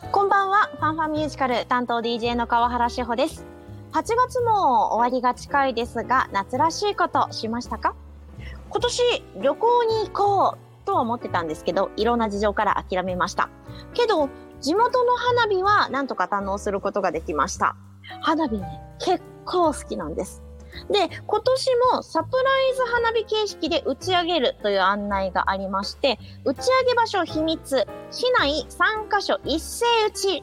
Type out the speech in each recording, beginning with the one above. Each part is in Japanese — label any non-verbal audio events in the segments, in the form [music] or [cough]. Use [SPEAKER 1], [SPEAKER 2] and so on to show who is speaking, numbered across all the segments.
[SPEAKER 1] ファンファミュージカル担当 DJ の川原志保です。8月も終わりが近いですが、夏らしいことしましたか今年旅行に行こうとは思ってたんですけど、いろんな事情から諦めました。けど、地元の花火はなんとか堪能することができました。花火ね、結構好きなんです。で、今年もサプライズ花火形式で打ち上げるという案内がありまして、打ち上げ場所秘密、市内3カ所一斉打ち。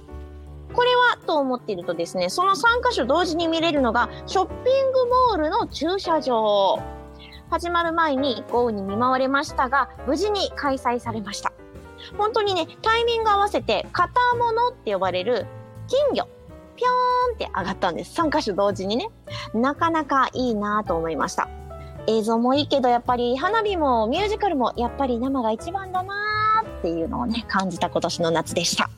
[SPEAKER 1] これはと思っているとですね、その3カ所同時に見れるのが、ショッピングモールの駐車場。始まる前に豪雨に見舞われましたが、無事に開催されました。本当にね、タイミング合わせて、片物って呼ばれる金魚、ぴょーんって上がったんです。3カ所同時にね。なかなかいいなと思いました。映像もいいけど、やっぱり花火もミュージカルも、やっぱり生が一番だなーっていうのをね、感じた今年の夏でした。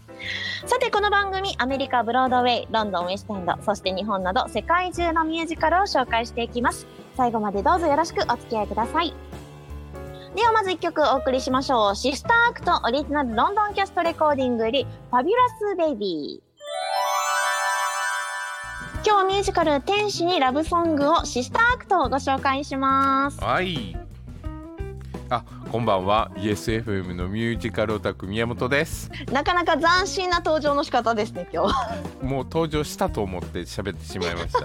[SPEAKER 1] さてこの番組アメリカブロードウェイロンドンウェストエンドそして日本など世界中のミュージカルを紹介していきます最後までどうぞよろしくお付き合いくださいではまず1曲お送りしましょうシスターアクトオリジナルロンドンキャストレコーディングより「ファビュラス・ベイビー」今日はミュージカル「天使にラブソング」をシスターアクトをご紹介します
[SPEAKER 2] はい。あ、こんばんは。ESFM のミュージカルオタク宮本です。
[SPEAKER 1] なかなか斬新な登場の仕方ですね今日
[SPEAKER 2] もう登場したと思って喋ってしまいま
[SPEAKER 1] [laughs]
[SPEAKER 2] した。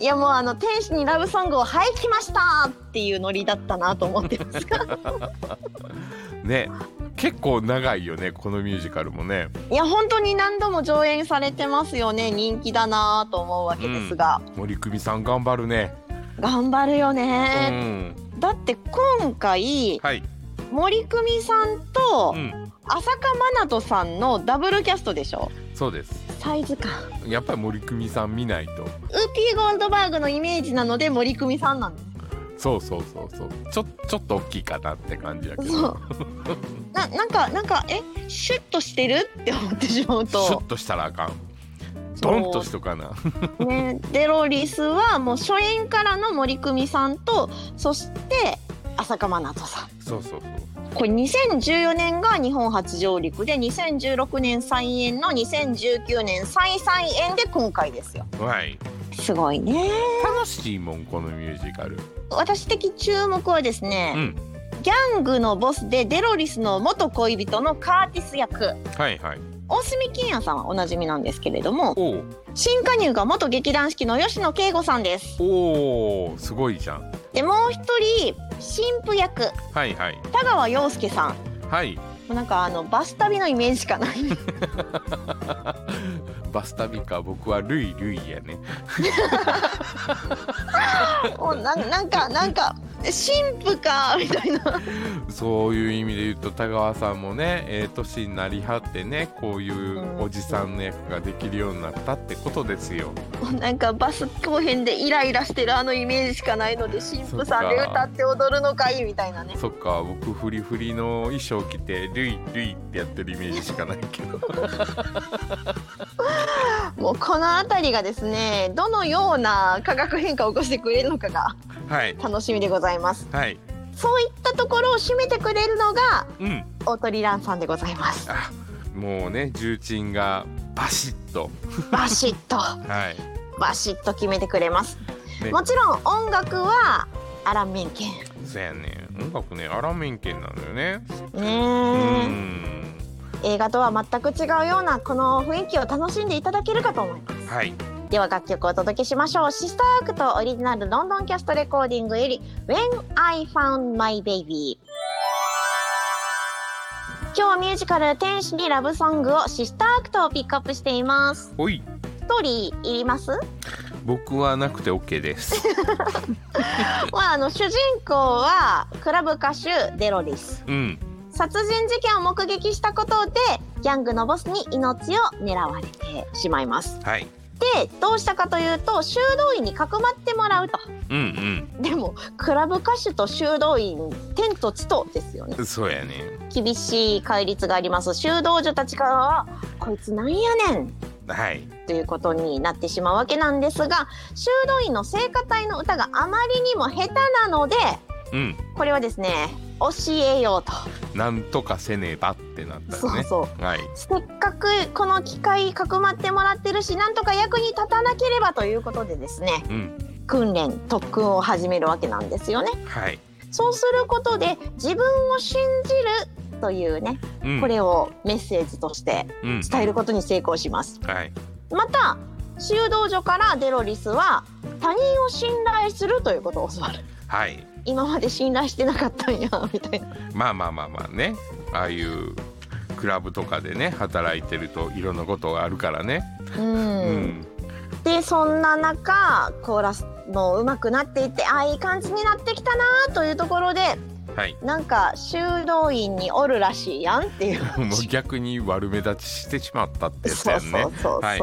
[SPEAKER 1] いやもうあの天使にラブソングをはいきましたっていうノリだったなと思っ
[SPEAKER 2] [laughs]
[SPEAKER 1] てますが
[SPEAKER 2] ね、結構長いよね。このミュージカルもね。
[SPEAKER 1] いや本当に何度も上演されてますよね人気だなと思うわけですが、
[SPEAKER 2] 森久美さん頑張るね。
[SPEAKER 1] 頑張るよ
[SPEAKER 2] う
[SPEAKER 1] ね、
[SPEAKER 2] ん。
[SPEAKER 1] だって今回
[SPEAKER 2] はい。
[SPEAKER 1] 森久美さんと
[SPEAKER 2] うん。
[SPEAKER 1] 浅香愛人さんのダブルキャストでしょ
[SPEAKER 2] そうです。
[SPEAKER 1] サイズ感
[SPEAKER 2] やっぱり森久美さん見ないと。
[SPEAKER 1] ウーピー・ゴールドバーグのイメージなので森久美さんなんです
[SPEAKER 2] そうそうそうそう。ちょちょっと大きいかなって感じだけど。 [laughs]
[SPEAKER 1] そうななんかなんかえシュッとしてるって思ってしまう
[SPEAKER 2] シュ
[SPEAKER 1] と
[SPEAKER 2] ッとしたらあかん。ドンとしとかな。
[SPEAKER 1] ね、デロリスはもう初演からの森久美さんとそして浅香真奈人さん
[SPEAKER 2] そうそうそう。
[SPEAKER 1] これ2014年が日本初上陸で2016年再演の2019年再再演で今回ですよ
[SPEAKER 2] はい。
[SPEAKER 1] すごいね
[SPEAKER 2] 楽しいもんこのミュージカル。
[SPEAKER 1] 私的注目はです
[SPEAKER 2] う
[SPEAKER 1] ね、
[SPEAKER 2] ん。
[SPEAKER 1] ギャングのボスでデロリスの元恋人のカーティス役
[SPEAKER 2] はいはい。
[SPEAKER 1] 大隅金也さんはおなじみなんですけれども
[SPEAKER 2] おう
[SPEAKER 1] 新加入が元劇団四季の吉野圭吾さんです
[SPEAKER 2] おおすごいじゃん
[SPEAKER 1] でもう一人新婦役
[SPEAKER 2] はいはい
[SPEAKER 1] 田川陽介さんも
[SPEAKER 2] はい [laughs]
[SPEAKER 1] うなんかあのバス旅のイメージしかない
[SPEAKER 2] バス旅か僕はルイルイやね
[SPEAKER 1] もうなんなんかなんか神父かみたいな
[SPEAKER 2] そういう意味で言うと田川さんもねええ年になりはってねこういうおじさんの役ができるようになったってことですよ
[SPEAKER 1] もうなんかバス後編でイライラしてるあのイメージしかないので神父さんで歌って踊るのかいみたいなね
[SPEAKER 2] そっか僕フリフリの衣装着てルイルイってやってるイメージしかないけど [laughs]
[SPEAKER 1] もうこの辺りがですねどのような化学変化を起こしてくれるのかが
[SPEAKER 2] はい
[SPEAKER 1] 楽しみでございます
[SPEAKER 2] はい
[SPEAKER 1] そういったところを締めてくれるのが
[SPEAKER 2] うん
[SPEAKER 1] 大鳥蘭さんでござい
[SPEAKER 2] [laughs]
[SPEAKER 1] ます
[SPEAKER 2] あもうね重鎮がバシッと
[SPEAKER 1] バシッと
[SPEAKER 2] はい
[SPEAKER 1] バシッと決めてくれます
[SPEAKER 2] ね
[SPEAKER 1] もちろん音楽はアラン・メンケン
[SPEAKER 2] そうやね音楽ねアラメンケンなのよねう
[SPEAKER 1] ねえ
[SPEAKER 2] ん
[SPEAKER 1] 映画とは全く違うようなこの雰囲気を楽しんでいただけるかと思います
[SPEAKER 2] はい
[SPEAKER 1] では楽曲をお届けしましょうシスターアクトオリジナルロンドンキャストレコーディングより When I Found My Baby 今日はミュージカル「天使にラブソング」をシスターアクトをピックアップしています
[SPEAKER 2] ほい
[SPEAKER 1] ストーリーいります
[SPEAKER 2] 僕はなくて
[SPEAKER 1] [laughs]
[SPEAKER 2] OK です。
[SPEAKER 1] まああの主人公はクラブ歌手デロリス
[SPEAKER 2] うん。
[SPEAKER 1] 殺人事件を目撃したことでギャングのボスに命を狙われてしまいます
[SPEAKER 2] はい。
[SPEAKER 1] でどうしたかというと修道院にかくまってもらうと
[SPEAKER 2] うん
[SPEAKER 1] でもクラブ歌手と修道院天と地とですよね
[SPEAKER 2] うん。そうやね。
[SPEAKER 1] 厳しい戒律があります修道女たちからはこいつなんやねん
[SPEAKER 2] はい。
[SPEAKER 1] ということになってしまうわけなんですが修道院の聖歌隊の歌があまりにも下手なので
[SPEAKER 2] うん。
[SPEAKER 1] これはですね教えようと、
[SPEAKER 2] なんとかせねばってなった
[SPEAKER 1] そ
[SPEAKER 2] よ
[SPEAKER 1] う
[SPEAKER 2] ね
[SPEAKER 1] そう
[SPEAKER 2] はい
[SPEAKER 1] せっかくこの機会かくまってもらってるしなんとか役に立たなければということでですね
[SPEAKER 2] うん
[SPEAKER 1] 訓練特訓を始めるわけなんですよね
[SPEAKER 2] はい、
[SPEAKER 1] そうすることで自分を信じるというね
[SPEAKER 2] うん、
[SPEAKER 1] これをメッセージとして
[SPEAKER 2] うん
[SPEAKER 1] 伝えることに成功します
[SPEAKER 2] はい
[SPEAKER 1] また修道所からデロリスは他人を信頼するということを教わる
[SPEAKER 2] はい
[SPEAKER 1] 今まで信頼してなかったんやみたいな
[SPEAKER 2] まあまあまあまあねああいうクラブとかでね働いてるといろんなことがあるからね
[SPEAKER 1] うん
[SPEAKER 2] うん、
[SPEAKER 1] でそんな中コーラスも上手くなっていってああいい感じになってきたなーというところで
[SPEAKER 2] はい [laughs]
[SPEAKER 1] なんか修道院におるらしいやんっていう
[SPEAKER 2] もう逆に悪目立ちしてしまったってやつ
[SPEAKER 1] そ
[SPEAKER 2] や
[SPEAKER 1] うんそう
[SPEAKER 2] ね
[SPEAKER 1] そうそう、
[SPEAKER 2] はい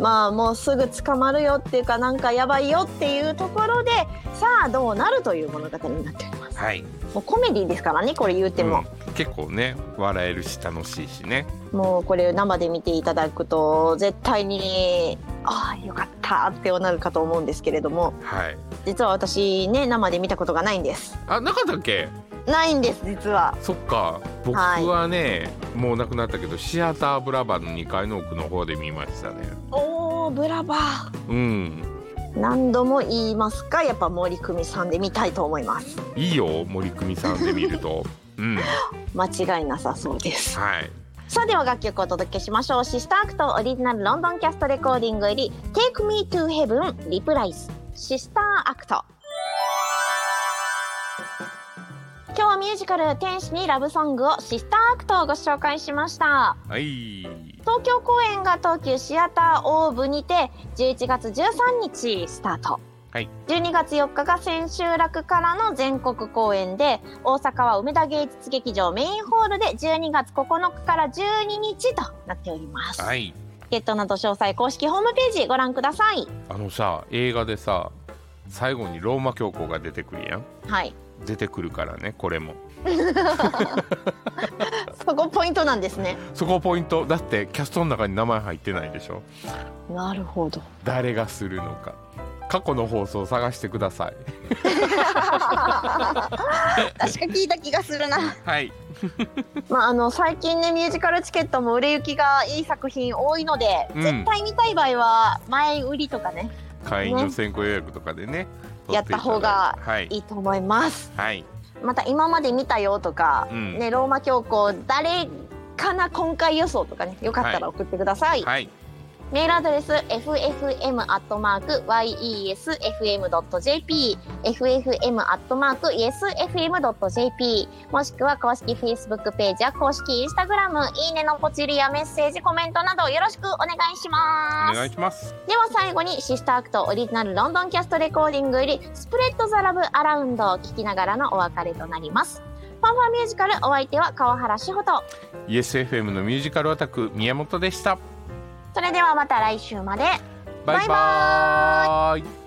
[SPEAKER 1] まあもうすぐ捕まるよっていうかなんかやばいよっていうところでさあどうなるという物語になっております
[SPEAKER 2] はい
[SPEAKER 1] もうコメディですからねこれ言うても、
[SPEAKER 2] うん結構ね笑えるし楽しいしね
[SPEAKER 1] もうこれ生で見ていただくと絶対にああよかったってなるかと思うんですけれども
[SPEAKER 2] はい
[SPEAKER 1] 実は私ね生で見たことがないんです
[SPEAKER 2] あなかったっけ
[SPEAKER 1] ないんです実は
[SPEAKER 2] そっか僕はね、もうなくなったけどシアターブラバの2階の奥の方で見ましたね
[SPEAKER 1] おーブラバー
[SPEAKER 2] うん
[SPEAKER 1] 何度も言いますかやっぱ森久美さんで見たいと思います
[SPEAKER 2] いいよ森久美さんで見る
[SPEAKER 1] [laughs]
[SPEAKER 2] とうん
[SPEAKER 1] 間違いなさそうです
[SPEAKER 2] はい
[SPEAKER 1] さあでは楽曲をお届けしましょうシスタークトオリジナルロンドンキャストレコーディングより「Take Me to Heaven リプライスシスターアクト」今日はミュージカル「天使にラブソング」をシスターアクトをご紹介しました
[SPEAKER 2] はい
[SPEAKER 1] 東京公演が東急シアターオーブにて11月13日スタート、
[SPEAKER 2] はい、
[SPEAKER 1] 12月4日が千秋楽からの全国公演で大阪は梅田芸術劇場メインホールで12月9日から12日となっております、、
[SPEAKER 2] はいい
[SPEAKER 1] チケットなど詳細公式ホームページご覧ください
[SPEAKER 2] あのさ映画でさ最後にローマ教皇が出てくるやん
[SPEAKER 1] はい
[SPEAKER 2] 出てくるからねこれも
[SPEAKER 1] そこポイントなんですね
[SPEAKER 2] そこポイントだってキャストの中に名前入ってないでしょ
[SPEAKER 1] なるほど
[SPEAKER 2] 誰がするのか過去の放送を探してください
[SPEAKER 1] 確か聞いた気がするな [laughs]
[SPEAKER 2] はい
[SPEAKER 1] まあ、あの最近ねミュージカルチケットも売れ行きがいい作品多いので、
[SPEAKER 2] うん
[SPEAKER 1] 絶対見たい場合は前売りとかね
[SPEAKER 2] [laughs] 会員の先行予約とかでね
[SPEAKER 1] やった方が
[SPEAKER 2] はい
[SPEAKER 1] いいと思います
[SPEAKER 2] はい
[SPEAKER 1] また今まで見たよとか、
[SPEAKER 2] うん
[SPEAKER 1] ね、ローマ教皇誰かな今回予想とかねよかったら送ってください、
[SPEAKER 2] はい
[SPEAKER 1] メールアドレス ffm.yesfm.jp ffm.yesfm.jp もしくは公式 Facebook ページや公式 Instagram いいねのポチリやメッセージコメントなどよろしくお願いしま
[SPEAKER 2] お願い
[SPEAKER 1] す
[SPEAKER 2] します
[SPEAKER 1] では最後にシスターアクトオリジナルロンドンキャストレコーディングよりスプレッドザラブアラウンドを聞きながらのお別れとなりますファンファンミュージカルお相手は川原志穂と
[SPEAKER 2] ESFM のミュージカルアタック宮本でした
[SPEAKER 1] それではまた来週まで
[SPEAKER 2] バイバーイ